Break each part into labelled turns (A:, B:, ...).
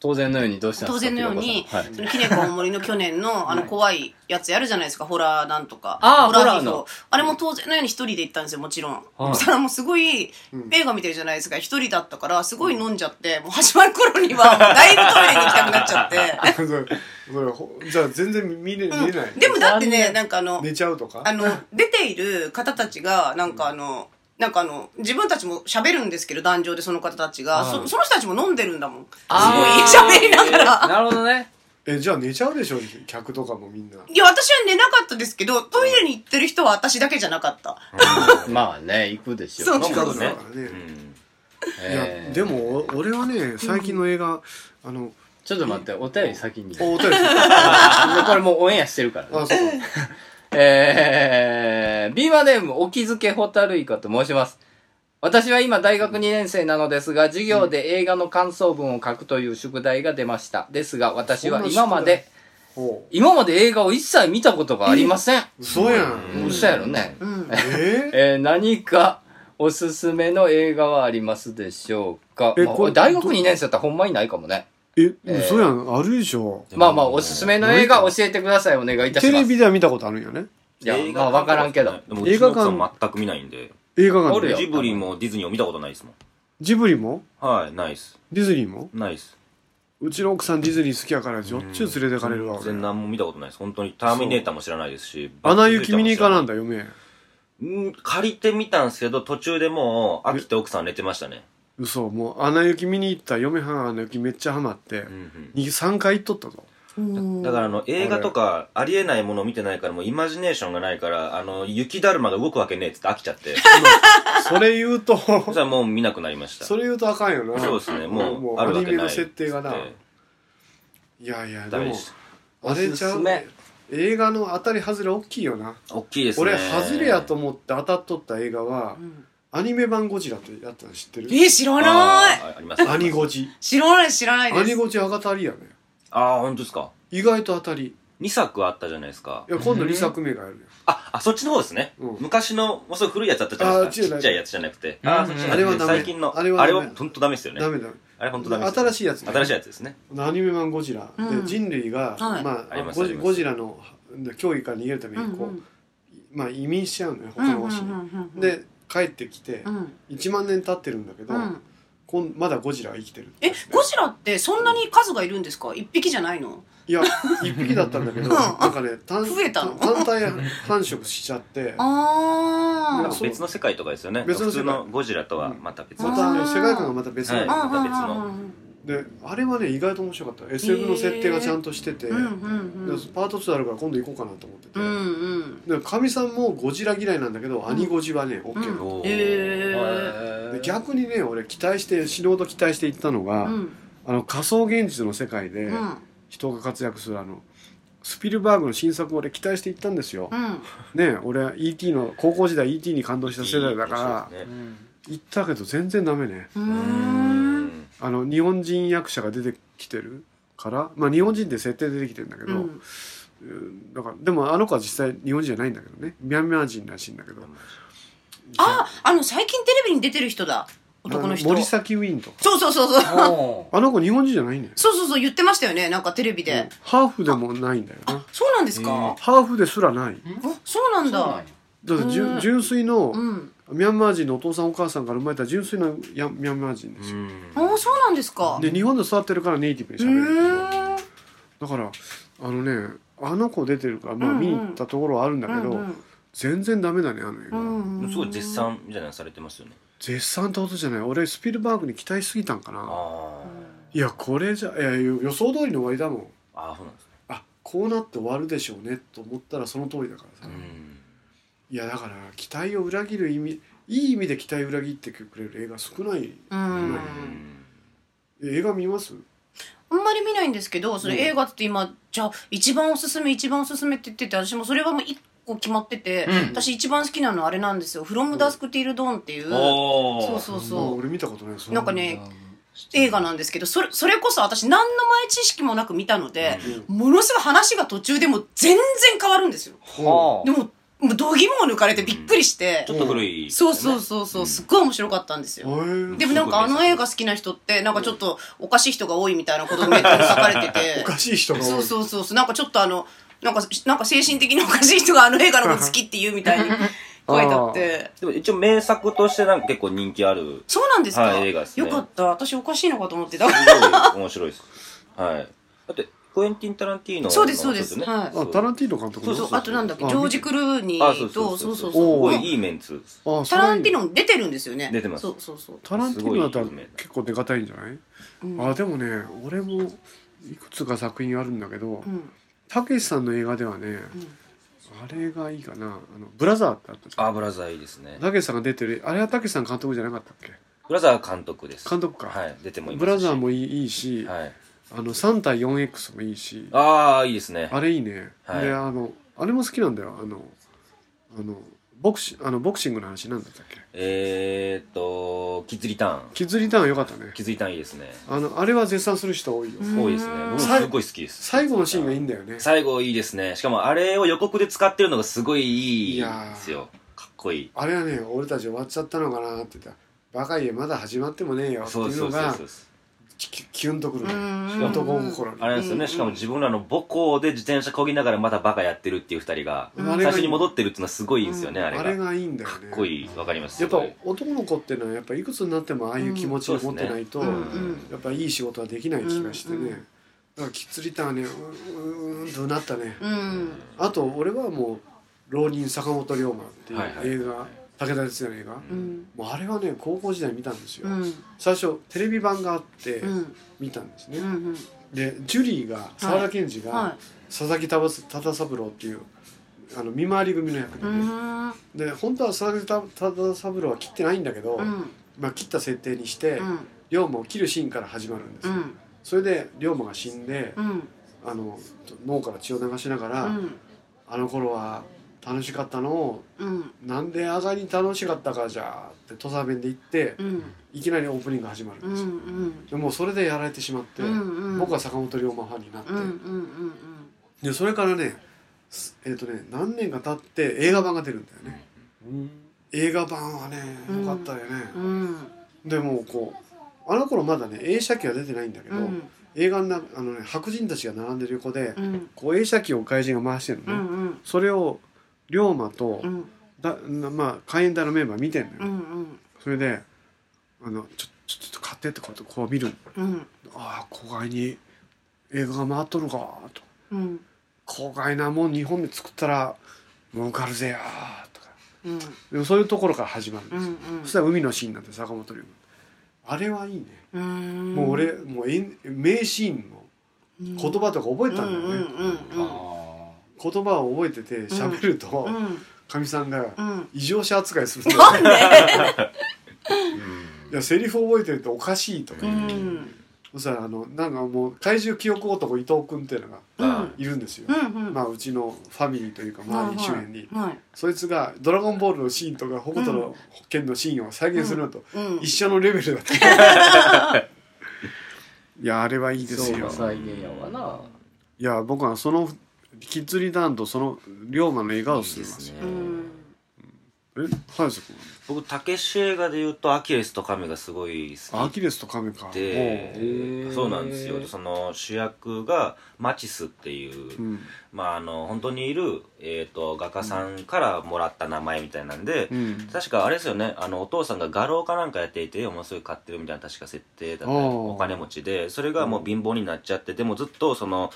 A: 当然のようにどうしたんで
B: 当
A: すか
B: 然のよう
A: ピロ
B: に、
A: コさん
B: そのキネコ大森の去年 の、あの、怖いやつやるじゃないですか、ホラーなんとか。
A: あー
B: ー
A: ホラーの
B: あれも当然のように一人で行ったんですよ、もちろん。
A: はい
B: そしたらもうすごい、映画見てるじゃないですか、一人だったから、すごい飲んじゃって、もう始まる頃 には、だいぶトイレに行きたくなっちゃっ
C: それそれほじゃあ全然見れ見れない、
B: て。でもだって
A: 残
B: ね、
A: 念
B: なんかあの、
C: 寝ちゃうとか
B: あの、出ている方たちが、なんかあの、なんかあの、自分たちも喋るんですけど、壇上でその方たちが、
A: はい
B: そその人たちも飲んでるんだもん。す
A: あー
B: ごい喋りながら。
A: なるほど ね。
C: えじゃあ寝ちゃうでしょ客とかもみんない
B: や、私は寝なかったですけど、トイレに行ってる人は私だけじゃなかった。
A: まあね、行くでしょ。
B: そう
C: 近く
B: そう
C: だ
B: ね
C: からね、いや
A: えー
C: でもお俺はね最近の映画、あの
A: ちょっと待って、お便り先に。
C: おお便り
A: これもうオンエアしてるからね、
C: あそうか
A: えー、ビーバーネーム、お気づけホタルイカと申します。私は今大学2年生なのですが、授業で映画の感想文を書くという宿題が出ました。ですが、私は今まで、
C: ほ
A: 今まで映画を一切見たことがありません。
C: う嘘や
A: うんるさいやろね。
B: うん。
C: え
A: えー何かおすすめの映画はありますでしょうか
C: え
A: まあ
C: これ
A: 大学2年生だったらほんまにないかもね。
C: ー、
A: え
C: え嘘やんあるでしょ
A: まあまあ、おすすめの映画教えてください。お願いいたし
C: テ
A: ま
C: レ
A: す。い
C: ビでは見たことあるんよね
A: や、まあわからんけど。
D: でもうちの奥さん全く見ないんで。
C: 映画館
A: ある
C: で
A: よ
D: ジブリもディズニーも見たことないですもん。
C: ジブリも
D: はい、ないっす。
C: ディズニーも
D: ないっす。
C: うちの奥さんディズニー好きやからしょっちゅう連れてかれるわ
D: 全
C: 俺
D: 然何も見たことないです。本当にターミネーターも知らないですし。
C: アナ雪見に行かなん
D: だ。
C: だよめ
D: うん借りてみたんですけど、途中でもう飽きて奥さん寝てましたね。
C: 嘘もうアナ雪見に行った嫁はんアナ雪めっちゃハマって
D: うんうん
C: 3回行っとったぞ
D: だからあの映画とかありえないものを見てないからもうイマジネーションがないからあの雪だるまが動くわけねえっつって飽きちゃって
C: それ言 うと
D: そしたらもう見なくなりました
C: そ
D: そ
C: れ言うとあかんよな
D: うですねもうあ
C: ア
D: るわ
C: ニ
D: け
C: メ
D: ない
C: の設定がな
D: え
C: いやいや
D: え
C: で
D: ダメで
C: も
D: す
C: あれ
A: お
C: ち
A: す
C: ゃ
A: す
C: う
A: め
C: 映画の当たり外れ大きいよな
D: 大きいですね
C: 俺外れやと思って当たっとった映画はアニメ版ゴジラってやったの知ってる
B: え、知らない。
D: あーあります
C: アニゴジ
B: 知らない、知らない
C: ア
B: で
C: ニ
B: す。
C: ゴジ当たりやね
D: ああ本当ですか
C: 意外と当たり
D: 2作あったじゃないですか
C: いや今度2作目があるよ
D: ああそっちの方ですね、
C: うん
D: 昔のもうすごい古いやつあったじゃないですか
C: あー違
D: ち
C: う
D: っちゃいやつじゃなくて、ああそっちじゃなくて
C: あれはダメ
D: 最近の
C: あ
D: あ
C: れ
D: れ
C: はダ
D: は
C: メ
D: 本当ダメですよね
C: ダメダメ
D: あれ本当ダメです
C: 新しいやつね
D: 新しいやつですね
C: アニメ版ゴジラ、
B: うん
C: で人類が、
B: はい
C: まあ
D: あります
C: ゴ
D: あ
C: ジ
D: ります
C: ゴジラの脅威から逃げるためにこう、
B: うんうん
C: まあ移民しちゃうのよ
B: うん
C: 他の星に、
B: うん
C: で帰ってきて
B: うんうん
C: 1万年経ってるんだけど、
B: うん
C: こんまだゴジラは生きてる
B: え、ゴジラってそんなに数がいるんですか一匹じゃないの
C: いや1匹だったんだけど、
B: ん
C: なんかね単
B: 増えたの
C: 単体繁殖しちゃって
B: あ
C: な
D: なんん
C: か
B: ー
D: か別の世界とかですよね
C: 別の世
D: 普
C: 界
D: 通のゴジラとはまた別の、
C: ま
B: うん
C: たあ
B: あ
C: の
B: ー
C: 世界観がまた別なの、
D: は
B: あ。
D: また別の
C: であれはね意外と面白かった SF の設定がちゃんとしてて、
B: うんうんうん
C: でパート2あるから今度行こうかなと思ってて、
B: うんうん。
C: でかみさんもゴジラ嫌いなんだけど、アニゴジはね OK なの、
D: おー
B: えー
C: で
A: えー
C: 逆にね俺期待して死ぬほど期待していったのが、
B: うん
C: あの仮想現実の世界で
B: うん
C: 人が活躍するあのスピルバーグの新作を俺期待していったんですよ
B: う、ん
C: ね俺は ET の高校時代 ET に感動した世代だか
D: いいで
C: ら
D: す
A: う
D: ね
A: ん
C: 行ったけど全然ダメね
B: う
D: うー
B: ん
D: ん
C: あの日本人役者が出てきてるからまあ日本人って設定で出てきてるんだけど、
B: うん
C: うんだからでもあの子は実際日本人じゃないんだけどねミャンマー人らしいんだけど
B: あ、あの、最近テレビに出てる人だ。男の人。
C: あ森崎ウィンとか
B: そうそうそうそう。
A: おー
C: あの子日本人じゃないんだよ
B: そうそうそう、言ってましたよね。なんかテレビで。
C: ハーフでもないんだよな
B: そうなんですか、
C: ハーフですらない
B: あ、そうな
A: そうなん
B: んだ
A: や。
C: だってじゅ
B: うん
C: 純粋の
B: うん。
C: ミャンマー人のお父さんお母さんから生まれた純粋なやミャンマー人ですよ
B: ああ、そうなんですか。
C: で日本で育ってるからネイティブに
B: う
C: 喋れる
B: ーん。
C: だからあのねあの子出てるから、まあ、
B: うんうん
C: 見に行ったところはあるんだけど、全然ダメだねあの映画、
B: うん
D: すごい絶賛みたいなのされてますよね
C: 絶賛ってことじゃない俺スピルバーグに期待しすぎたんかな
D: あ
C: いやこれじゃいや予予想通りの終わりだもん
D: あああそうなんですね
C: あこうなって終わるでしょうねと思ったらその通りだからさ、
D: うん
C: いやだから期待を裏切る意味いい意味で期待を裏切ってくれる映画少ない
B: うん。
C: え映画見ます
B: あんまり見ないんですけど、それ映画って今、じゃあ、一番おすすめ、一番おすすめって言ってて、私もそれはもう一個決まってて、私一番好きなのあれなんですよ。From Dusk Till Dawn っていう。
D: おお
B: そうそう
C: まあ
B: そ
C: 俺見たことないそれ
B: う。なんかね、映画なんですけど、それ、それこそ私何の前知識もなく見たので、ものすごい話が途中でも全然変わるんですよ。
C: うん
B: でも、もう度肝を抜かれてびっくりして
D: ちょ、っと古い、
B: そうそうそうそう、すっごい面白かったんですよ。
C: へえ
B: でもなんかあの映画好きな人って、なんかちょっとおかしい人が多いみたいなことがネットに書かれてて。
C: おかしい人が多い
B: そうそうそうそう。なんかちょっとあの、なんか、なんか精神的におかしい人があの映画のこと好きって言うみたい に書いてあって。
D: でも一応名作としてなんか結構人気ある。
B: そうなんですか、
D: はい映画ですね
B: よかった。私おかしいのかと思ってた。
D: すごい面白いです。 はい。だって、クエンティン・タランティーノ
B: そうですそうです
D: の
B: はい
D: ちょ
C: あ
D: っとね
C: タランティーノ監督
D: そ
C: の
D: うそう
B: あとなんだっけ、
C: あ
B: ジョージ・クルーニ
D: あ、そ
B: ー
D: うそ
B: と、
D: うそ
B: そうう
D: そ。
B: そうう
D: す
B: そう。
D: ごいいいメンツです。
C: あそ
B: タ
C: れ
B: ランティーノ出てるんですよね。
D: 出てます
B: そうそうそう。
C: タランティーノだったら結構でかたいんじゃない、
B: うん
C: あでもね俺もいくつか作品あるんだけど
B: うん。
C: たけしさんの映画ではね、あれがいいかなあのブラザーってあったじゃん
D: あ、ブラザーいいですね。
C: たけしさんが出てるあれはたけしさん監督じゃなかったっけ
D: ブラザー監督です。
C: 監督か
D: はい。出てもいますし
C: ブラザーもいいいいし、
D: はい。
C: あの3対 4X もいいしあ
D: ああ、いいですね。
C: れいいね、
D: はい
C: であのあれも好きなんだよあのあのボクシあのボクシングの話なんだったっけ
D: えーっと、キッズリターン。
C: キッズリターンよかったね
D: キッズリターンいいですね。
C: あのあれは絶賛する人多いよ、
D: 多いですね。僕もすごい好きです。
C: 最後のシーンがいいんだよね
D: 最後いいですね。しかもあれを予告で使ってるのがすごいいいんです
C: い
D: よ。かっこいい。
C: あれはね俺たち終わっちゃったのかなって言ったら「バカ家まだ始まってもねえよ」って
D: そう
C: いう
D: そ
C: の
D: うそう
C: が
D: そう。
C: キキキュンとくる
B: う
C: の
B: ん
C: 男心に
D: あれですよね、しかも自分らの母校で自転車漕ぎながらまだバカやってるっていう二人が、
C: うん
D: 最初に戻ってるっていうのはすごいいいんですよね、あれ
C: あ
D: が。
C: れ
D: か
C: がいいんだよね
D: っこいい、わかります。
C: やっぱ
D: すごい
C: 男の子ってのはやっぱいくつになってもああいう気持ちを持ってないと、
D: うん
B: うんうん
C: やっぱいい仕事はできない気がしてね、
B: うんうん
C: だからキッズリターンねうーんとうなったね、
B: うん。
C: あと俺はもう「浪人坂本龍馬」っていう
D: はいはい
C: 映画、武田鉄矢の映画、
B: うん。
C: もうあれはね高校時代見たんですよ、
B: うん。
C: 最初テレビ版があって
B: うん。
C: 見たんですね、
B: うん。
C: でジュリーが沢田研二が、
B: は
C: 佐々木忠忠三郎っていうあの見回り組の役
B: い。う
C: で、ね
B: ん。うん。
C: で本当は佐々木忠忠三郎は切ってないんだけど、まあ、切った設定にして、
B: うん。
C: 龍馬を切るシーンから始まるんです
B: う
C: よ、
B: ん。
C: それで龍馬が死んで、
B: うん。
C: あの脳から血を流しながら、あの頃は楽しかったのを
B: うん。
C: なんであがに楽しかったかじゃあって土佐弁で言って、
B: うん。
C: いきなりオープニング始まる
B: うんん。
C: で
B: う
C: すよ、
B: ん。
C: でもうそれでやられてしまって、
B: うん。
C: 僕は坂本龍馬ファンになって、
B: うん。うん。うん。
C: でそれからねすえっ、とね何年か経って映画版が出るんだよね、映画版はねよかったよね、
B: うん。
C: でもうこうあの頃まだね映写機は出てないんだけど、
B: うん。
C: 映画のなあの、ね、白人たちが並んでる横で、
B: うん。
C: こう映写機を怪人が回してるの
B: う
C: ね、
B: ん。
C: それを龍馬と、
B: うん。
C: だなまあ海援隊のメンバー見てんのよ、
B: うん。
C: それであのちょ「ちょちょっと買って」ってこうこう見るの
B: うん。
C: ああ郊外に映画が回っとるかと
B: うん。
C: 郊外なもん日本で作ったら儲かるぜやーとか
B: うん。
C: でもそういうところから始まるんで
B: う
C: すよ、
B: ん。
C: そしたら海のシーンなんて坂本龍馬あれはいいね、
B: うん。
C: もう俺もうえん名シーンの
B: 言
C: 言葉とか覚えてたんだよね、
B: うん。
C: 言葉を覚えてて喋ると
B: うん。うん。
C: かみ、さんが
B: うん。
C: 異常者扱いするんだよ
B: なんで
C: いやセリフ覚えてるとおかしいとか
B: う
C: 言う、
B: ん。
C: そしたらあのなんかもう怪獣記憶男伊藤君っていうのが
D: うん
C: いるんですよ
B: う、ん。うん。
C: まあうちのファミリーというか周り周辺に、
B: はい。
C: そいつが「ドラゴンボール」のシーンとか「北斗
B: う
C: の剣」のシーンを再現するのと
B: うん。
C: 一緒のレベルだった、 いやあれはいいです
A: そう
C: よ
A: か再現やわない
C: や僕はそのキッズリターンとその龍馬の笑顔を
D: いい
C: す
D: で
C: るます
D: すね
C: よ。
B: うん。
C: え早瀬君
D: 僕、たけし映画で言うと、アキレスとカメがすごい
C: ア
D: 好き
C: キレスとカメか
D: で、
A: ー
D: そうなんですよ。その主役がマチスっていう、
C: うん
D: まあ、あの、本当にいる、えっ、と、画家さんからもらった名前みたいなんで、
C: うん
D: 確かあれですよねあのお父さんが画廊かなんかやっていてものすごい買ってるみたいな確か設定だった
C: あー
D: お金持ちでそれがもう貧乏になっちゃってでもずっとその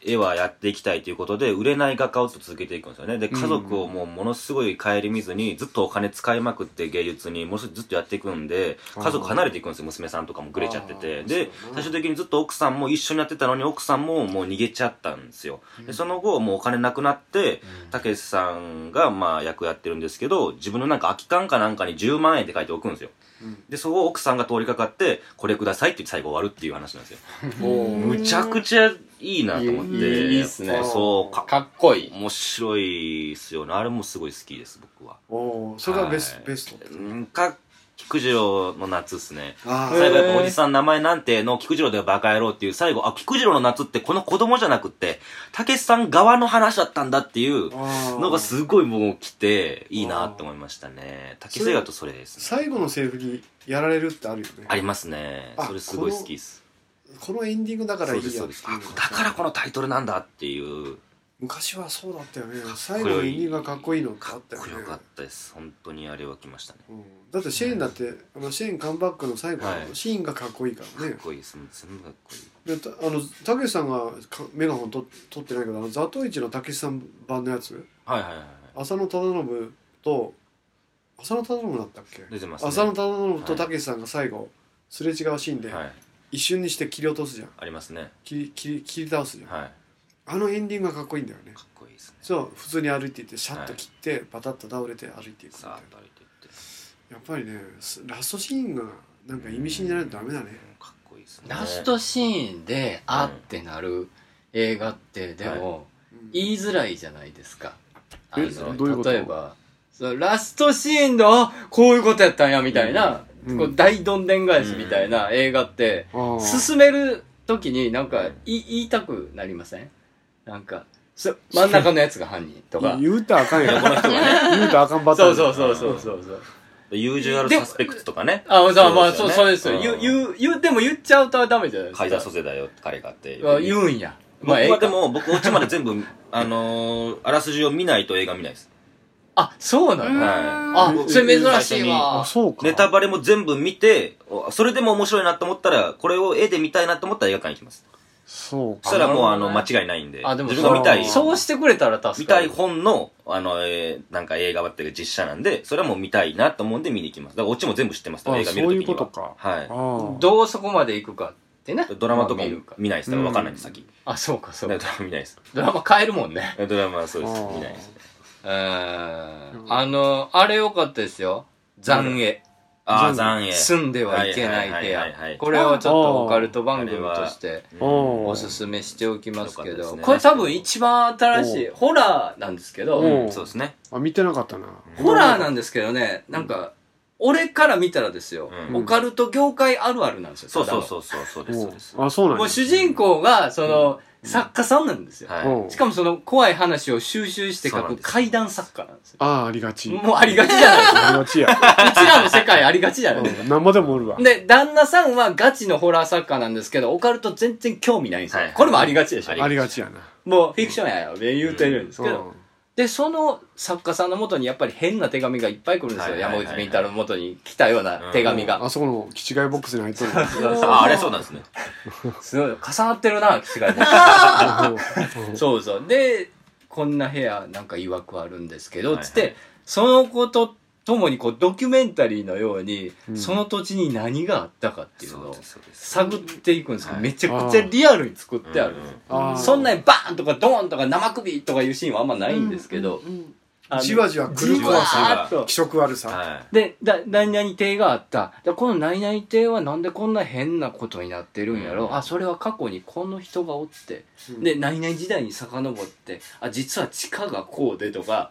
D: 絵はやっていきたいということで売れない画家を続けていくんですよねで家族をもうものすごい顧みずにずっとお金使いまくって芸術にものすごいずっとやっていくんで家族離れていくんですよ娘さんとかもグレちゃって
C: あ
D: て
C: ー
D: で
C: そうだ
D: 最
C: な
D: 終的にずっと奥さんも一緒にやってたのに奥さんももう逃げちゃったんですよでその後もうお金なくなってたけしさんがまあ役やってるんですけど自分のなんか空き缶かなんかに10万円って書いておくんですよ
C: うん
D: でそこを奥さんが通りかかってこれくださいって最後終わるっていう話なんですよ
A: もう
D: むちゃくちゃいいなと思って
A: いいいいっすね
D: そうか
A: かっこいい
D: 面白いっすよねあれもすごい好きです僕は
C: おーそれがベス,、
D: はい
C: ベスト
D: うんかっ菊次郎の夏っすね。
C: あ
D: 最後やっ
A: へ
D: ぱ
A: ー
D: おじさん名前なんての菊次郎でバカ野郎っていう最後、あ、菊次郎の夏ってこの子供じゃなくって、たけしさん側の話だったんだっていう
C: あ
D: のがすごいもう来て、いいなって思いましたね。竹製画とそれですね。
C: 最後のセリフにやられるってあるよね
D: ありますね。
C: あ
D: それすごい好きです。
C: このエンディングだからいい
D: そうです、
C: や
D: そ
C: っ
D: う
C: て
D: です。あ
C: いうのが、
D: だからこのタイトルなんだっていう。
C: 昔はそうだったよね最後のエンディングがかっこいいのってあったよね
D: よかったです。本当にあれは来ましたね。
C: うんだってシェーンだってあのシェーンカムバックの最後
D: は
C: の
D: い
C: シーンがかっこいいから
D: か
C: ね
D: っこいいです。もう全部かっこいい。
C: でたあのたけしさんがかメガホンと撮ってないけどあのザトウイチのたけしさん版のやつ
D: はいはいはいはい。
C: 浅野忠信と浅野忠信だったっけ
D: 出てますね。
C: 浅野忠信とたけしさんが最後すれ違うシーンで
D: はい。
C: 一瞬にして切り落とすじゃん
D: ありますね。
C: 切り切り切り倒すじゃん
D: はい。
C: あのエンディングがかっこいいんだよね
D: かっこいいですね。
C: そう普通に歩いていってシャッと切ってバタッと倒れて歩いていくみたいな
D: さあ、誰と言って。
C: やっぱりねすラストシーンがなんか意味深じゃないとダメだね
D: うん。かっこいいですね。
A: ラストシーンで、あってなる映画って、でも、
C: うん
A: 言いづらいじゃないですか。あ
E: え
A: の
E: どういうこと
A: 例えば、そのラストシーンで、あこういうことやったんや、みたいな、
E: うん
A: こう大どんでん返しみたいな映画って、進めるときになんか
D: うん
A: い言いたくなりませんなんか、そ真ん中のやつが犯人とか。
E: 言うたらあかんやろ、この人がね。 言うたらあかんパター
A: そ
E: ン。
A: うそうそうそうそうそう。
D: ユージュアルサスペクトとかね。
A: あ、そう、まあ、
D: そ
A: そうう、
D: ですよね
A: そうですよ。
D: う
A: 言う、
D: ん
A: 言う、言う、でも言っちゃうとダメじゃないですか。
D: 海田ソゼだよ、彼がって。
A: あ言うんや。
D: 僕
A: ええ
D: は
A: か
D: でも、僕、オチまで全部、あのー、あらすじを見ないと映画見ないです。
A: あ、そうな
B: う
A: の
B: ー
A: あ
B: ん、
D: うん
A: それ珍しい
E: あ、
A: わ。
E: そうか。
D: ネタバレも全部見て、おそれでも面白いなと思ったら、これを絵で見たいなと思ったら映画館行きます。
E: そうか。
D: そしたらもう、
A: な
D: あ
A: るほ
D: の、
A: どね
D: 間違いないんで。
A: あ、でも
D: 自分が見たい。
A: そうそうしてくれたら助かる。
D: 見たい本の、あの、えーなんか映画っていうか実写なんで、それはもう見たいなと思うんで見に行きます。だからオチも全部知ってます。だから映画見るとき
E: あそうい
D: には。
E: うことか
D: はい。
E: あ
A: どうそこまで行くかってね。
D: ドラマとか
A: まあ見
D: も
A: るか。
D: 見ないです。だから分かんないんです、先。
A: あ、そうか、そ
D: だ
A: う
D: か
A: か
D: らド。ラマ見ないです。
A: ドラマ変えるもんね。
D: ドラマはそうです
E: あー。
D: 見ないです。
A: うーん。あの、あれ良かったですよ。残影。
D: ああ、
E: 残
D: 残影。
A: 住んではいけない部
D: はいはいはいはいは
A: 屋
D: い。
A: これをちょっとオカルト番組として
D: う
E: あ。う
D: ん
E: ん
A: おすすめしておきますけ
D: よかった
A: ど、
D: ですね
A: これ多分一番新しい、ホラーなんですけど、
E: うん
D: そうですね。
E: あ、見てなかったな。
A: ホラーなんですけどね、なんか、俺から見たらですよ、
D: うん
A: オカルト業界あるあるなんですよ。
D: そうそう
A: う。
D: そうそう、そうです、そうです。
E: うんあ、そうなん
A: も
E: や
A: う主人公が、その、作家さんなんですよ。
D: は
E: う
D: い。
E: ん
A: しかもその怖い話を収集して書
D: そうなん
A: く
D: です
A: 怪談作家なんですよ。
E: ああ、ありがち。
A: もうありがちじゃないですか。
E: ありがちや。
A: うちらの世界ありがちじゃないですか。
E: うんなんぼでもおるわ。
A: で、旦那さんはガチのホラー作家なんですけど、オカルト全然興味ないんですよ。
D: はい
A: これもありがちでしょ
D: あ。
E: ありがちやな。
A: もうフィクションやよ、言うてるんです
E: う
A: けど。
E: ん。
A: で、その作家さんの元にやっぱり変な手紙がいっぱい来るんですよ。
D: はいはいはい
A: 山口み太郎の元に来たような手紙が。
E: あそこの気違いボックスに入っとるわ。
D: あ、あれそうなんですね。
A: すごい、重なってるな、気が そうそう。で、こんな部屋なんか曰くあるんですけど、つって、
D: はいは
A: そのことともにこうドキュメンタリーのように、
E: うん
A: その土地に何があったかっていう
D: そ
A: の
D: う
A: を
D: です、そうです。
A: 探っていくんですけど、
D: はい
A: めちゃくちゃリアルに作ってあるんですよ。
E: あー
A: そんなにバーンとかドーンとか生首とかいうシーンはあんまないんですけど、
C: うん
A: あの
C: じわじわ来る
A: じわ
C: 怖さ
A: ーっと
C: 気色悪さ
D: は
A: で、だ、何々亭があった。で、この何々亭はなんでこんな変なことになってるんやろ、
D: うん
A: あ、それは過去にこの人がおって。
C: うん
A: で、何々時代に遡って、あ、実は地下がこうでとか、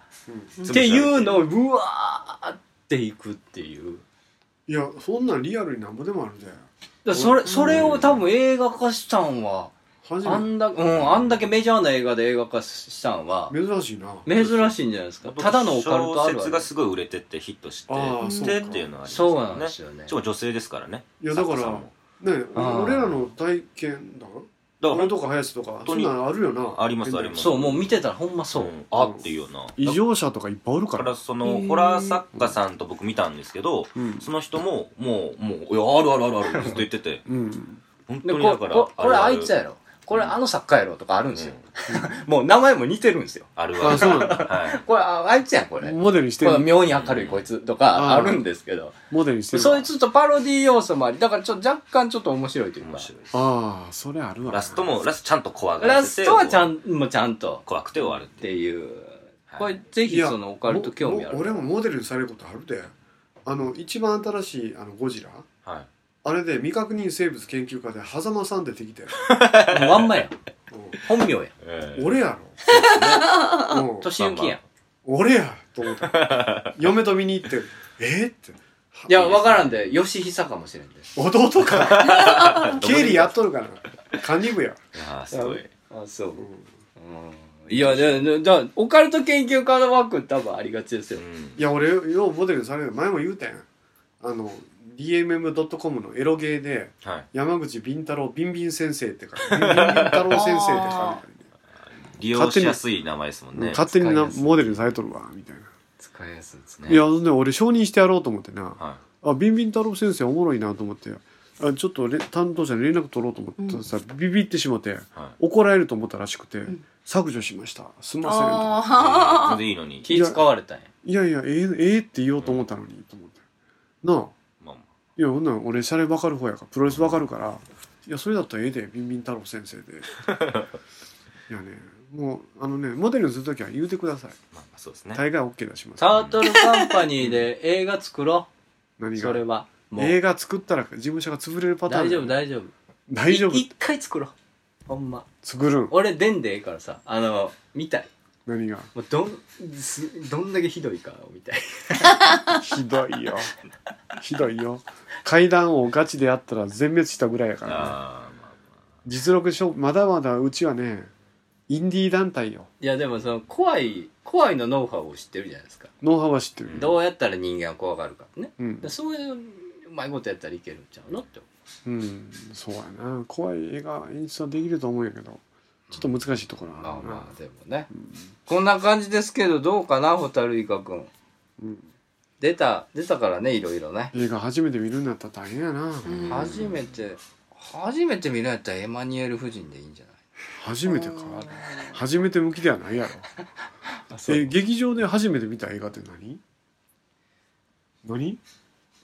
C: うん
D: い。
A: っていうのを、うわーっていくっていう。
C: いやそんなんリアルになんぼでもあるんだよ
A: だそれ、それを多分映画化したんは、
C: 初
A: あ
C: め
A: んだ、うん、あんだけメジャーな映画で映画化したんは、
C: て珍しいな
A: 珍しいんじゃないですか。ただのオカルトある
D: 小
A: あ
D: 説
A: る
D: が。すごい売れてってヒットして、
C: あー
D: し
C: そう
D: て
C: か
D: っていうのはありますよね。
A: そうなんですよね
D: し。かも女性ですからね。
C: いやだから
D: 作家さんも
C: ね
A: あー
C: 俺らの体験だろ
D: だから
C: 俺とか林とか
D: 当
C: そん
D: に
C: なんあるよな
D: ありますあります
A: そう、もう見てたらほんまそう。
D: んあっていうような。
E: 異常者とかいっぱいおる
D: だ
E: か
D: から
E: ら。
D: そのホラー作家さんと僕見たんですけど、
E: うん
D: その人ももうもういやあるあるあるあるずっと言って て
E: うん。
D: 本
A: で
D: 当にだ
A: こ
D: から
A: ここれあいつ
D: る
A: やろこれあの作家やろとかあるんですよ、もう名前も似てるんですよ
D: あるあ
E: あ、
D: る
E: そうなんだ。
D: は
A: これああいつやんこれこ
E: モデルにして
A: の
E: る。
A: 妙に明るいこいつとかあるんですけど
E: モデルにしてる。
A: そういうちょっとパロディ要素もありだからちょっと若干ちょっと面白いと
D: い
A: いう
D: 面
A: か
D: 白いです
E: ああ、それあるわ。
D: ラスト。もラストちゃんと怖がら
A: ラ
D: せて
A: ストはちゃ
D: こ
A: んもうちゃんと
D: う怖くて終わるっ
A: ってていう
D: はい
A: これぜひそのオカルト興味あ
C: も
A: る
C: 俺もモデルにされることあるであの一番新しいあのゴジラ
D: はい
C: あれで未確認生物研究家で狭間さん出て きたよ、
A: まんまや
C: う
A: 本名や
D: え
C: ん
D: え
C: 俺やろ、うん
A: 年行きやん
C: 俺やと思った嫁と見に行って「えっ?」って「
A: いや、わからんで、吉久かもしれんで。
C: 弟か 経理やっとるからな管理部や
D: ああすごい
A: あ、そう。うん。いや、ででじゃあオカルト研究家のワーク多分ありがちですよ
D: う。ん
F: いや俺ようモデルにされる前も言うたやんあの DMM.com のエロゲーで
D: はい
F: 山口敏太郎ビンビン先生って書いてビンビン太郎先生って書いてある
D: 利用しやすい名前ですもんね
C: 勝手に
A: 使
C: な
A: いやすい
C: モデルにされとるわみたいな、
A: 使いやすいですね。
D: ね
C: いやで俺承認してやろうと思ってな
D: は
C: あビンビン太郎先生おもろいなと思ってあちょっとれ担当者に連絡取ろうと思ってさ、ビビってしまって、怒られると思ったらしくて、削除しましたすんませんと
D: あ全然いいのに
A: 気使われたんや。
C: いやいやええええって言おうと思ったのに、と思ってなあ
D: まあ
C: いやほんなん俺シャレわかる方やからプロレスわかるからいやそれだったらええでビンビン太郎先生でいやねもうあのねモデルにする時は言うてください
D: まあまあそうですね
C: 大概 OK 出します
A: タートルカンパニーで映画作ろう。
C: 何
A: それ
C: が
A: は。も
C: 映
A: う。
C: 画作ったら事務所が潰れるパターン
A: 大丈夫、大丈夫。
C: 大丈夫
A: い一回作ろう。ほんま。
C: 作るん
A: 俺、でんでええからさ、あの、見たい。
C: 何が
A: もうどん、すどんだけひどいか、みたい。
C: ひどいよひどいよ階段をガチでやったら全滅したぐらいやからね、
D: ああまあ
C: 実力勝負まだまだうちはねインディー団体よ
A: いや、でもその、怖い、怖いのノウハウを知ってるじゃないですか。
C: ノウハウは知ってる、
A: どうやったら人間は怖がるかね。
C: うん
A: でそういう、うまいことやったらいけるんちゃうのって。
C: うん、そうやな怖い映画演出はできると思うんやけどちょっと難しいところ
A: ま
C: は
A: あ
C: あるな、
A: まあ、でもね。こんな感じですけど、どうかな、ホタルイカくん。
C: うん
A: 出た、出たからね、いろいろね。
C: 映画初めて見るんだったら大変やな、
B: うん
A: 初めて、初めて見るんやったらエマニュエル夫人でいいんじゃない
C: 初めてか初めて向きではないやろえ劇場で初めて見た映画って何何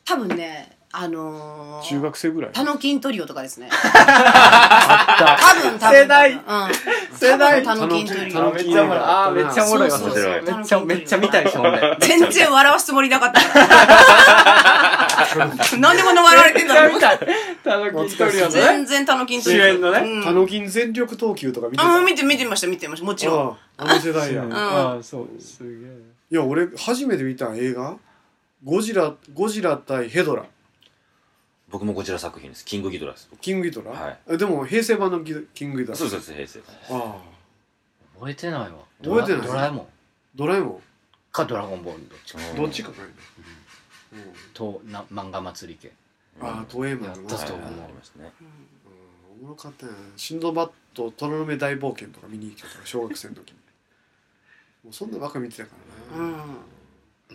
B: 多分ねあのー
C: 中学生ぐらい
B: タノキントリオとかですね
C: あ
B: 多分多分
A: 世代
B: うん多
A: 世
B: 分
A: 代
B: タノキントリ
C: タノ
B: オ
C: キン
A: めっちゃおもろい。ああ、めっちゃおもろいわ、
B: そう
D: そうそう
A: めっちゃ、めっちゃ見たいし、俺。
B: 全然笑わすつもりなかった何でこんな笑われてんだろう
A: たい。たのきトリオのね。
B: 全然タノキントリオ
A: 主演のね
B: うん
C: タノキン全力投球とか見て
B: あ
C: た
B: もう見て見てました見てましたもちろん
C: あああの世代や、
B: ん
A: ああ、そう。すげえ。
C: いや俺
F: 初めて見た映画ゴジラゴジラ対ヘドラ
D: 僕もこちら作品ですキングギドラです僕
F: キングギドラ、
D: はい
F: えでも平成版のギキングギドラ
D: そうそうそう平成
F: ああ
A: 覚えてないわ。
F: 覚えてない
A: ドラえもん。
F: ドラえもん
A: かドラゴンボールどっちか。
D: うん
F: どっちかかいな、
A: と、な、漫画祭り系。
F: うんああ東映マン
A: やっ
F: の
A: た
F: な
D: はい
A: と
D: は
A: 思う
D: いありましたね
F: うんおもろかったやんシンドバッドとろめ大冒険とか見に行きよったから小学生の時 にもうそんなばっか見てたから
B: う
F: な、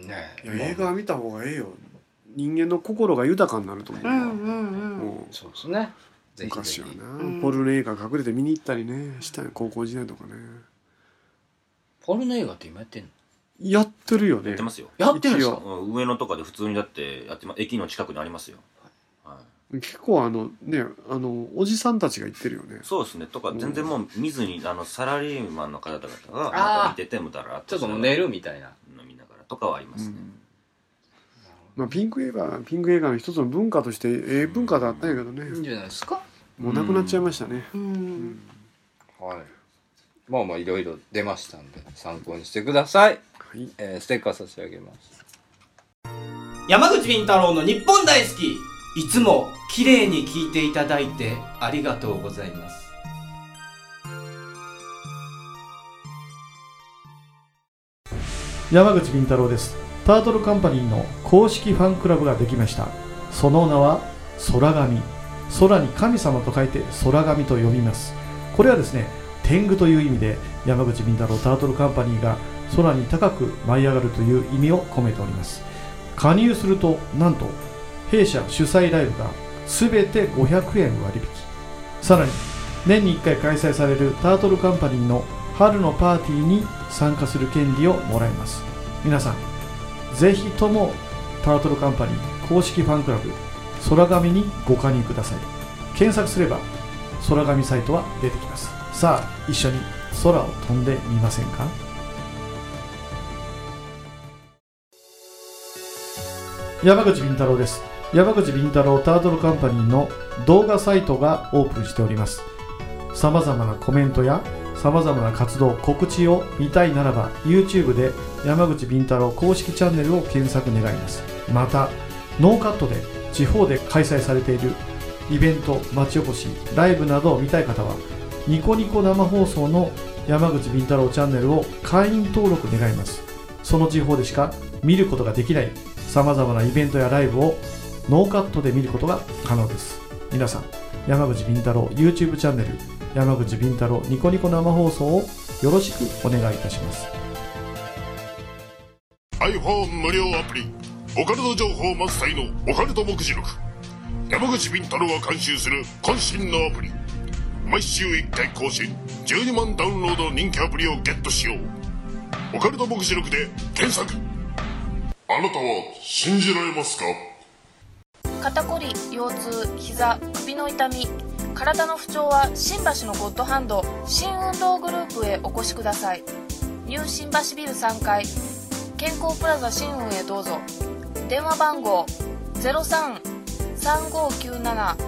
B: ん
A: ねえ。
F: いや映画は見た方がええよ
C: 人間の心が豊かになると思う、
B: うんうんうん
C: もう
A: そうですね。ぜひ
C: 昔
A: ぜ
C: は
A: ひ。
C: な、
B: ん
C: ポルノ映画隠れて見に行ったりねしたんよ高校時代とかね
A: ポルノ映画って今やってんの
C: やってるよね
D: やってますよ
A: やってるんですか
C: 一
D: うん上野とかで普通にだってやってま駅の近くにありますよは
C: 結構あのねあのおじさんたちが行ってるよね
D: いそうですねとか全然もう見ずにあのサラリーマンの方々がなんか見ててもだらっ
A: ちょっともう
D: し
A: 寝
D: なが
A: るみたいな。
D: ら飲みながらとかはありますね
C: まあ、ピンク映画ピンク映画の一つの文化としてええ文化だったんやけどね、
A: いいんじゃないですか
C: もうなくなっちゃいましたね、
B: うん
A: はい。まあまあいろいろ出ましたんで参考にしてください。
C: はい
A: えーステッカー差し上げます。
G: 山口敏太郎の日本大好きいつも綺麗に聞いていただいてありがとうございます
H: 山口敏太郎ですタートルカンパニーの公式ファンクラブができましたその名は空神空に神様と書いて空神と呼びますこれはですね天狗という意味で山口敏太郎タートルカンパニーが空に高く舞い上がるという意味を込めております加入するとなんと弊社主催ライブが全て500円割引さらに年に1回開催されるタートルカンパニーの春のパーティーに参加する権利をもらえます皆さんぜひともタートルカンパニー公式ファンクラブ空紙にご加入ください検索すれば空紙サイトは出てきますさあ一緒に空を飛んでみませんか山口敏太郎です山口敏太郎タートルカンパニーの動画サイトがオープンしておりますさまざまなコメントやさまざまな活動告知を見たいならば YouTube で山口敏太郎公式チャンネルを検索願いますまたノーカットで地方で開催されているイベント町おこしライブなどを見たい方はニコニコ生放送の山口敏太郎チャンネルを会員登録願いますその地方でしか見ることができないさまざまなイベントやライブをノーカットで見ることが可能です皆さん山口敏太郎 YouTube チャンネル山口敏太郎ニコニコ生放送をよろしくお願いいたします
I: iPhone 無料アプリオカルト情報満載のオカルト目次録山口敏太郎が監修する渾身のアプリ毎週1回更新12万ダウンロードの人気アプリをゲットしようオカルト目次録で検索あなたは信じられますか
J: 肩こり腰痛膝首の痛み体の不調は新橋のゴッドハンド新運動グループへお越しくださいニュー新橋ビル3階健康プラザ新運へどうぞ電話番号0335978755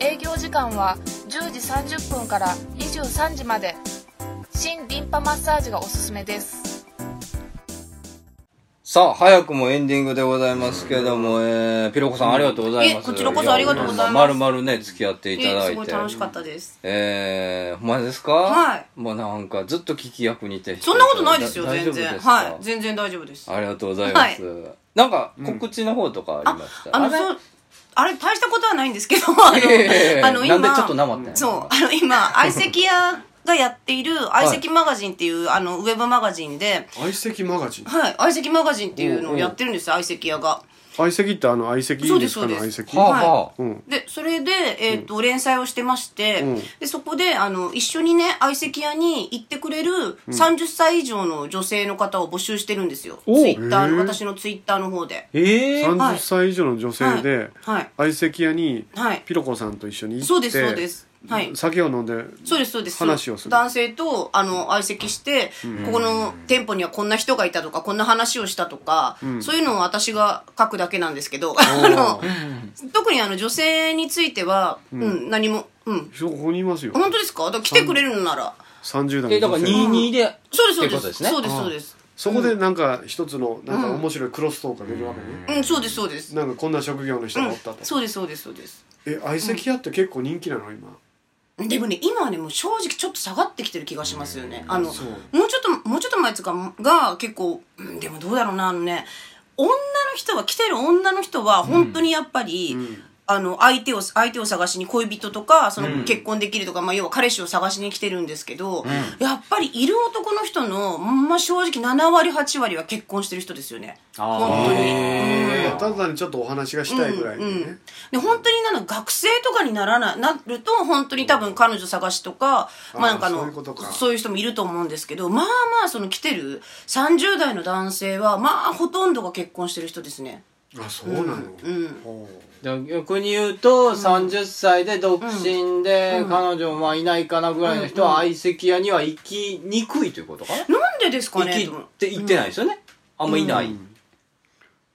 J: 営業時間は10時30分から23時まで新リンパマッサージがおすすめです
A: さあ、早くもエンディングでございますけども、えー、ピロコさんありがとうございます。
B: えこちらこそありがとうございます
A: まるまるね、付き合っていた
B: え
A: だ
B: す
A: い
B: ごい
A: て。
B: 楽しかったです
A: えー、ほんまですか
B: はい。
A: もうなんか、ずっと聞き役に徹して
B: そんなことないですよ
A: だ
B: 全
A: 大丈夫
B: 然
A: ですか
B: はい全然大丈夫です
A: ありがとうございます。なんか、告知の方とかありました
B: あの
A: れ
B: そうあれ大したことはないん ですけどあの
A: いやいやいや
B: あの
A: な
B: 今
A: んでちょっとなまってんの
B: そうあの今相席屋がやっている相席マガジンっていう、あのウェブマガジンで
E: 相席マガジン
B: はい相席マガジンっていうのをやってるんですよ相席屋が
E: 相席ってあの相席
B: そうで
E: ですすかの
B: そうで
E: 相
B: す
E: 席
A: はあはあ。
E: うん
B: でそれで、えーと連載をしてまして、
E: ん
B: でそこであの一緒にね相席屋に行ってくれる30歳以上の女性の方を募集してるんですよ、
A: お
B: ツイッターの
E: へー
B: 私のツイッターの方で
A: ええー。
B: はい
E: 30歳以上の女性で
B: はい
E: 相席屋に
B: はい
E: ピロコさんと一緒に行って
B: そうですそうですはい
E: 酒を飲んで
B: そうですそうです
E: 話をする
B: 男性とあの相席して、ここの店舗にはこんな人がいたとかこんな話をしたとか、そういうのを私が書くだけなんですけどあの特にあの女性については、うん何も、うん、
E: そこにいますよ
B: 本当ですかだから来てくれるのなら
E: 30代
A: え、だ
E: の
A: から
E: 女性
A: 22で、
B: そうですそう
A: ってこと
B: です
A: ですね
B: そうですそうです
E: そこでなんか一つのなんか面白いクロストークが出るわけね
B: うんそうですそうです
E: なんかこんな職業の人がおったと
B: そうですそうですそうです
E: え相席屋って結構人気なの今
B: でもね今はねもう正直ちょっと下がってきてる気がしますよねあのもうちょっともうちょっと前っつうかが結構うんでもどうだろうなあのね女の人は来てる女の人は本当にやっぱり、あの相手を相手を探しに恋人とかその結婚できるとか、まあ、要は彼氏を探しに来てるんですけど、やっぱりいる男の人の、まあ、正直7割8割は結婚してる人ですよね本当に。
E: まあただ単にちょっとお話がしたいぐらいでね
B: で本当になの学生とかにならないなると本当に多分彼女探しとか,、
E: あー
B: まあ、なんかあの
E: そういうことか
B: そういう人もいると思うんですけどまあまあその来てる30代の男性はまあほとんどが結婚してる人ですね。
E: あそうなの
B: うん
E: ほ
A: じゃあ逆に言うと、30歳で独身で、彼女もまあいないかなぐらいの人は相席屋には行きにくいということかな、
B: なんでですか
A: 行き
B: ねと
A: っ
B: 思う
A: て行ってないですよね、あんまいない、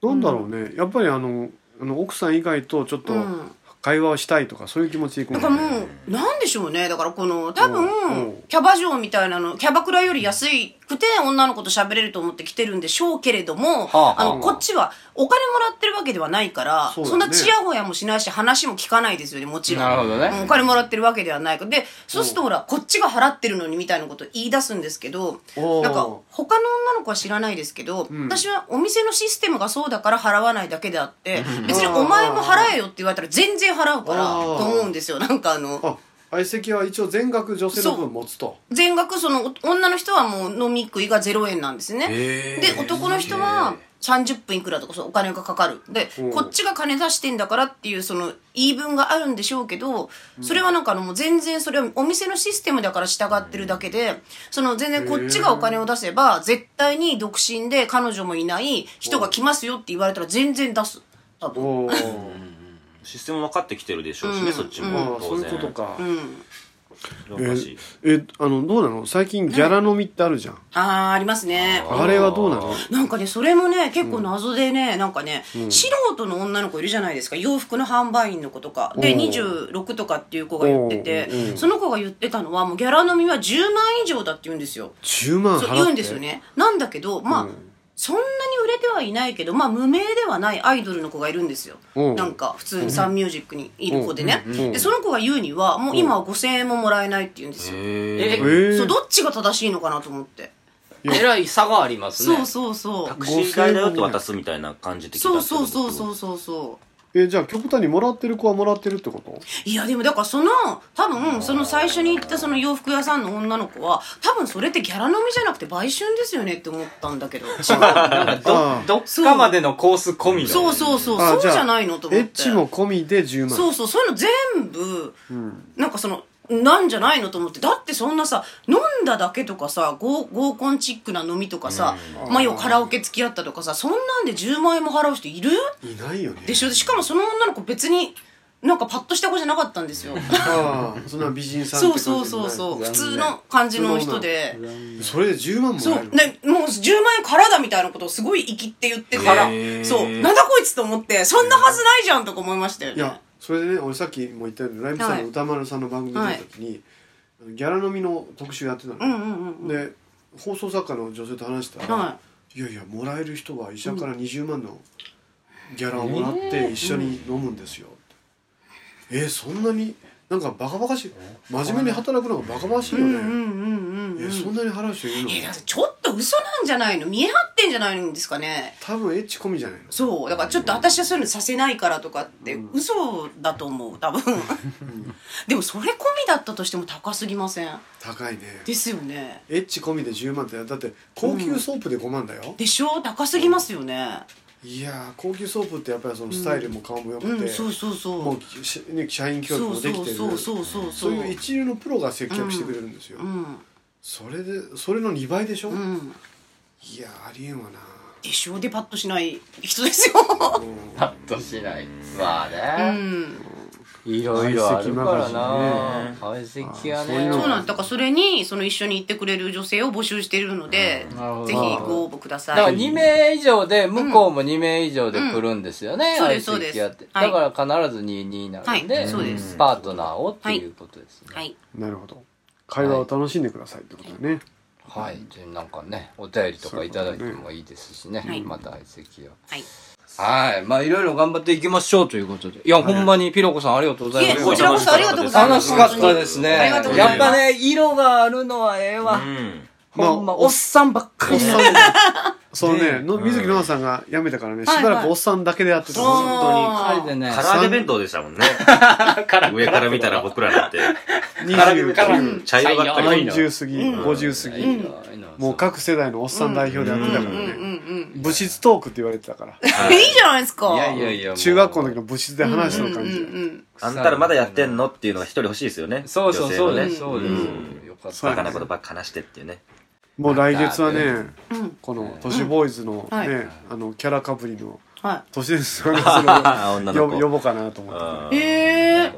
E: うなんだろうねやっぱりあのあの奥さん以外とちょっと
B: うん
E: 会話をしたいとかそういう気持ちでいく
B: だ
E: の
B: か
E: からな
B: もうなんでしょうねだからこの多
E: うんう
B: 分
E: ん
B: キャバ嬢みたいなのキャバクラより安くて女の子と喋れると思って来てるんでしょうけれども、
A: あはあ
B: あのこっちはお金もらってるわけではないからそ,、
E: そうだね
B: んなちやほやもしないし話も聞かないですよねもちろん。
A: なるほどね
B: うんお金もらってるわけではないからでそうするとほらこっちが払ってるのにみたいなこと言い出すんですけど
E: おー
B: なんか他の女の子は知らないですけど、私はお店のシステムがそうだから払わないだけであって別にお前も払えよって言われたら全然払うから
E: あー
B: と思うんですよなんかあの
E: あ相席は一応全額女性の分持つと
B: 全額そのお女の人はもう飲み食いが0円なんですねで男の人は30分いくらとかそうお金がかかるで
E: うん
B: こっちが金出してんだからっていうその言い分があるんでしょうけどそれはなんかあのもう全然それはお店のシステムだから従ってるだけでその全然こっちがお金を出せば絶対に独身で彼女もいない人が来ますよって言われたら全然出す多分
E: おお
D: システム分かってきてるでしょうしね、そっち
E: ま
D: も
E: あ
D: 当
E: そういう
D: 然
E: ことか
B: うん
D: おかしい
E: えあのどうなの最近ギャラ飲みってあるじゃん
B: ああありますね
E: あれはどうなの
B: なんかね、それもね、結構謎でね、なんかね、素人の女の子いるじゃないですか、洋服の販売員の子とか。で、
E: おう
B: 26とかっていう子が言って
E: おうおうお
B: て、
E: う
B: その子が言ってたのは、もうギャラ飲みは10万以上だって言うんですよ。
E: 10万払っ
B: そ
E: て
B: う言うんですよね。なんだけど、まあ、そんなに売れれてはいないけど、まあ、無名ではないアイドルの子がいるんですよ、
C: うん
B: なんか普通にサンミュージックにいる子でね、
C: うんうん
B: でその子が言うにはもう今は5000円ももらえないって言うんですよ、
A: え
D: え
C: えー
B: そうどっちが正しいのかなと思って、
A: えらい差がありますね
B: そうそうそう
D: タクシー代だよって渡すみたいな感じで
B: そうそうそうそううそうそう
C: えじゃあ極端にもらってる子はもらってるってこと
B: いやでもだからその多分その最初に行ったその洋服屋さんの女の子は多分それってギャラ飲みじゃなくて売春ですよねって思ったんだけど違う
A: なんかどどっかまでのコース込みの
B: そうそうそう
C: あ
B: そうじ
C: じゃあ
B: ゃないのと
C: エ
B: 思っ
C: ッ
B: て
C: チも込みで10万
B: そうそうそういうの全部、なんかそのなんじゃないのと思ってだってそんなさ飲んだだけとかさ合合コンチックな飲みとかさ、まあ要はカラオケ付き合ったとかさそんなんで10万円も払う人いる
C: いないよね
B: でしょしかもその女の子別になんかパッとした子じゃなかったんですよ
C: ああそんな美人さんって
B: そう
C: 感じ
B: そうそうそう普
C: じゃない
B: 通の感じの人で
C: それで10万も
B: そう
C: らえるの
B: ねもう10万円からだみたいなことをすごい生きって言っててそうなんだこいつと思ってそんなはずないじゃんとか思いましたよ
C: い
B: ね
C: やそれでね俺さっきも言ったようにライブさんの歌丸さんの番組出た時に、あのギャラ飲みの特集やってたの、
B: うんうんうんうん
C: で放送作家の女性と話したら、、
B: はい
C: やいやもらえる人は医者から20万のギャラをもらって一緒に飲むんですよ、えーそんなになんかバカバカしい真面目に働くのがバカバカしいよね、
B: いうんうんうん
C: えーそんなに払う人いるの
B: えだからちょっと嘘なんじゃないの見え張ってんじゃないんですかね
C: 多分エッチ込みじゃないの
B: そうだからちょっと私はそういうのさせないからとかって嘘だと思う多 分でもそれ込みだったとしても高すぎません
C: 高いね
B: ですよね
C: エッチ込みで10万ってだって高級ソープで5万だよ、
B: でしょ高すぎますよね
C: いやー高級ソープってやっぱりそのスタイルも顔も良くて、
B: うんそうそうそう
C: もうし、ね、社員教育もできてる
B: そうそうそうそうそう
C: そういう一流のプロが接客してくれるんですよ、
B: うん
C: それでそれの2倍でしょ、
B: うん
C: いやーありえんわな
B: でしょでパッとしない人ですよ
A: パッとしないまあ
B: う
A: ね、
B: ん
A: いろいろあるからな解析はね
B: そうなんですだからそれにその一緒に行ってくれる女性を募集しているので
A: なるほど
B: ぜひご応募くだ
A: だか
B: さ
A: ら
B: い
A: 2名以上で、向こうも2名以上で来るんですよね。
B: うんそうです
A: 相席屋って
B: そうですはい
A: だから必ず2になるんで、
B: はいそうです
A: パートナーをっていうことですね。
B: はい
C: なるほど会話を楽しんでくださいってことだね、
A: はい。で、なんかね、お便りとかいただいてもいいですしね。
B: はい
A: また相席屋。
B: はい
A: はい。まあ、いろいろ頑張っていきましょうということで。いや、ほんまにピロコさんありがとうございま
B: いえ
A: す。
B: こちらこそありがとうございま
A: 楽
B: す
A: しかったですね。
B: ありがとうござ
A: や
B: い
A: っ
B: ま
A: ぱ
B: す
A: ね、色があるのはええわ。
D: うん
A: ほんま、おっさんばっか
C: おっ
A: り
C: さ
A: なんの。
C: そうねの水木のあさんが辞めたからねしばらくおっさんだけでやってた、
B: はいはい
A: 二人でね。
D: 唐揚げ弁当でしたもん ね上から見たら僕らなんて
C: 20
A: 唐揚げ
D: 茶色ばっかり
C: 40過ぎ、50過ぎ、もう各世代のおっさん代表でやってたからね、物質トークって言われてたから
B: えいいじゃないですか
A: いやいやいや。もう
C: 中学校の時の部室で話してる感じ、
D: あんたらまだやってんのっていうのが一人欲しいですよね
A: そうそうそうです。
D: 女性
A: そ
D: の
A: うで
D: ね
A: す。
D: うん
A: よかっ
D: バカ
A: た。
D: なことばっか話してっていうね
C: もう来月はね、
B: うん
C: この都市ボーイズのね、
B: はい
C: あのキャラかぶりの
B: は
C: 都市伝説 の話
D: あ女
C: を
D: の
C: 呼
D: 子
C: 呼ぼうかなと思って
B: い
D: あ
B: へえ
D: ー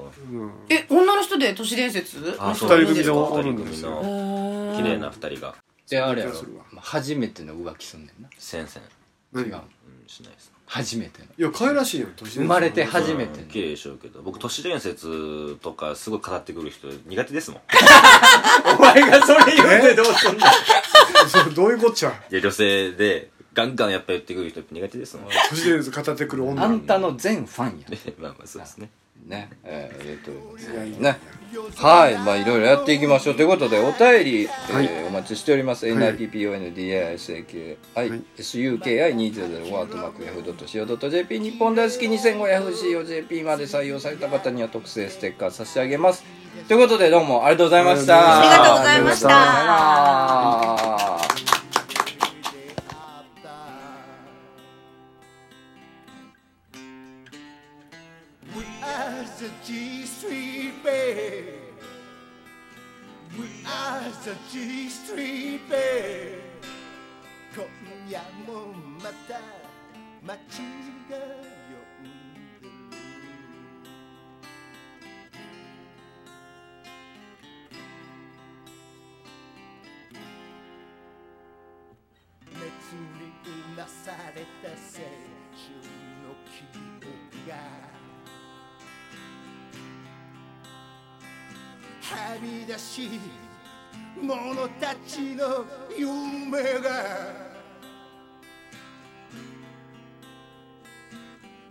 B: え女の人で都市伝説の
D: あ
B: 人
D: そう
B: がい
C: 二
B: るん
C: 人
B: で
C: 組
B: す
C: で
B: か
C: おるん
D: 二
C: です
D: 人
C: よ
D: 組の綺麗な二人が
A: で、あれやろ
C: そんな気がす。
A: 初めての浮気すんねんな。
D: 先生
C: 何
A: 違う
C: が。
D: うんしないです
A: 初めての。
C: いや可愛らしいよ都市伝説
A: 生まれて初めて
D: うん綺麗でしょうけど僕都市伝説とかすごい語ってくる人苦手ですもん
A: お前がそれ言うてどうすんの
C: そうどういうこっちゃ
D: いや女性でガンガンやっぱ言ってくる人って苦手ですもんま
C: 都市伝説語ってくる
A: あ
C: 女
A: んたの全ファンや。
D: あ まあそうですね
A: ね。えーありがとうござい
C: いやい
A: ま
C: や
A: す。ね。はい。まあ、いろいろやっていきましょう。ということで、お便り、えーお待ちしております。nippondisaki.suki2005.yahoo.co.jp 日本大好き 2005yahoo.co.jp まで採用された方には特製ステッカー差し上げます。ということで、どうもありがとうございました。
B: ありがとうございました
A: ありがとうございました。
H: We are the G Street Band. We are the G Street Band. 今夜もまた街が呼んでる。熱にうなされた青春の記憶がはみ出し者たちの夢が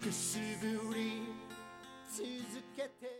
H: くすぶり続けて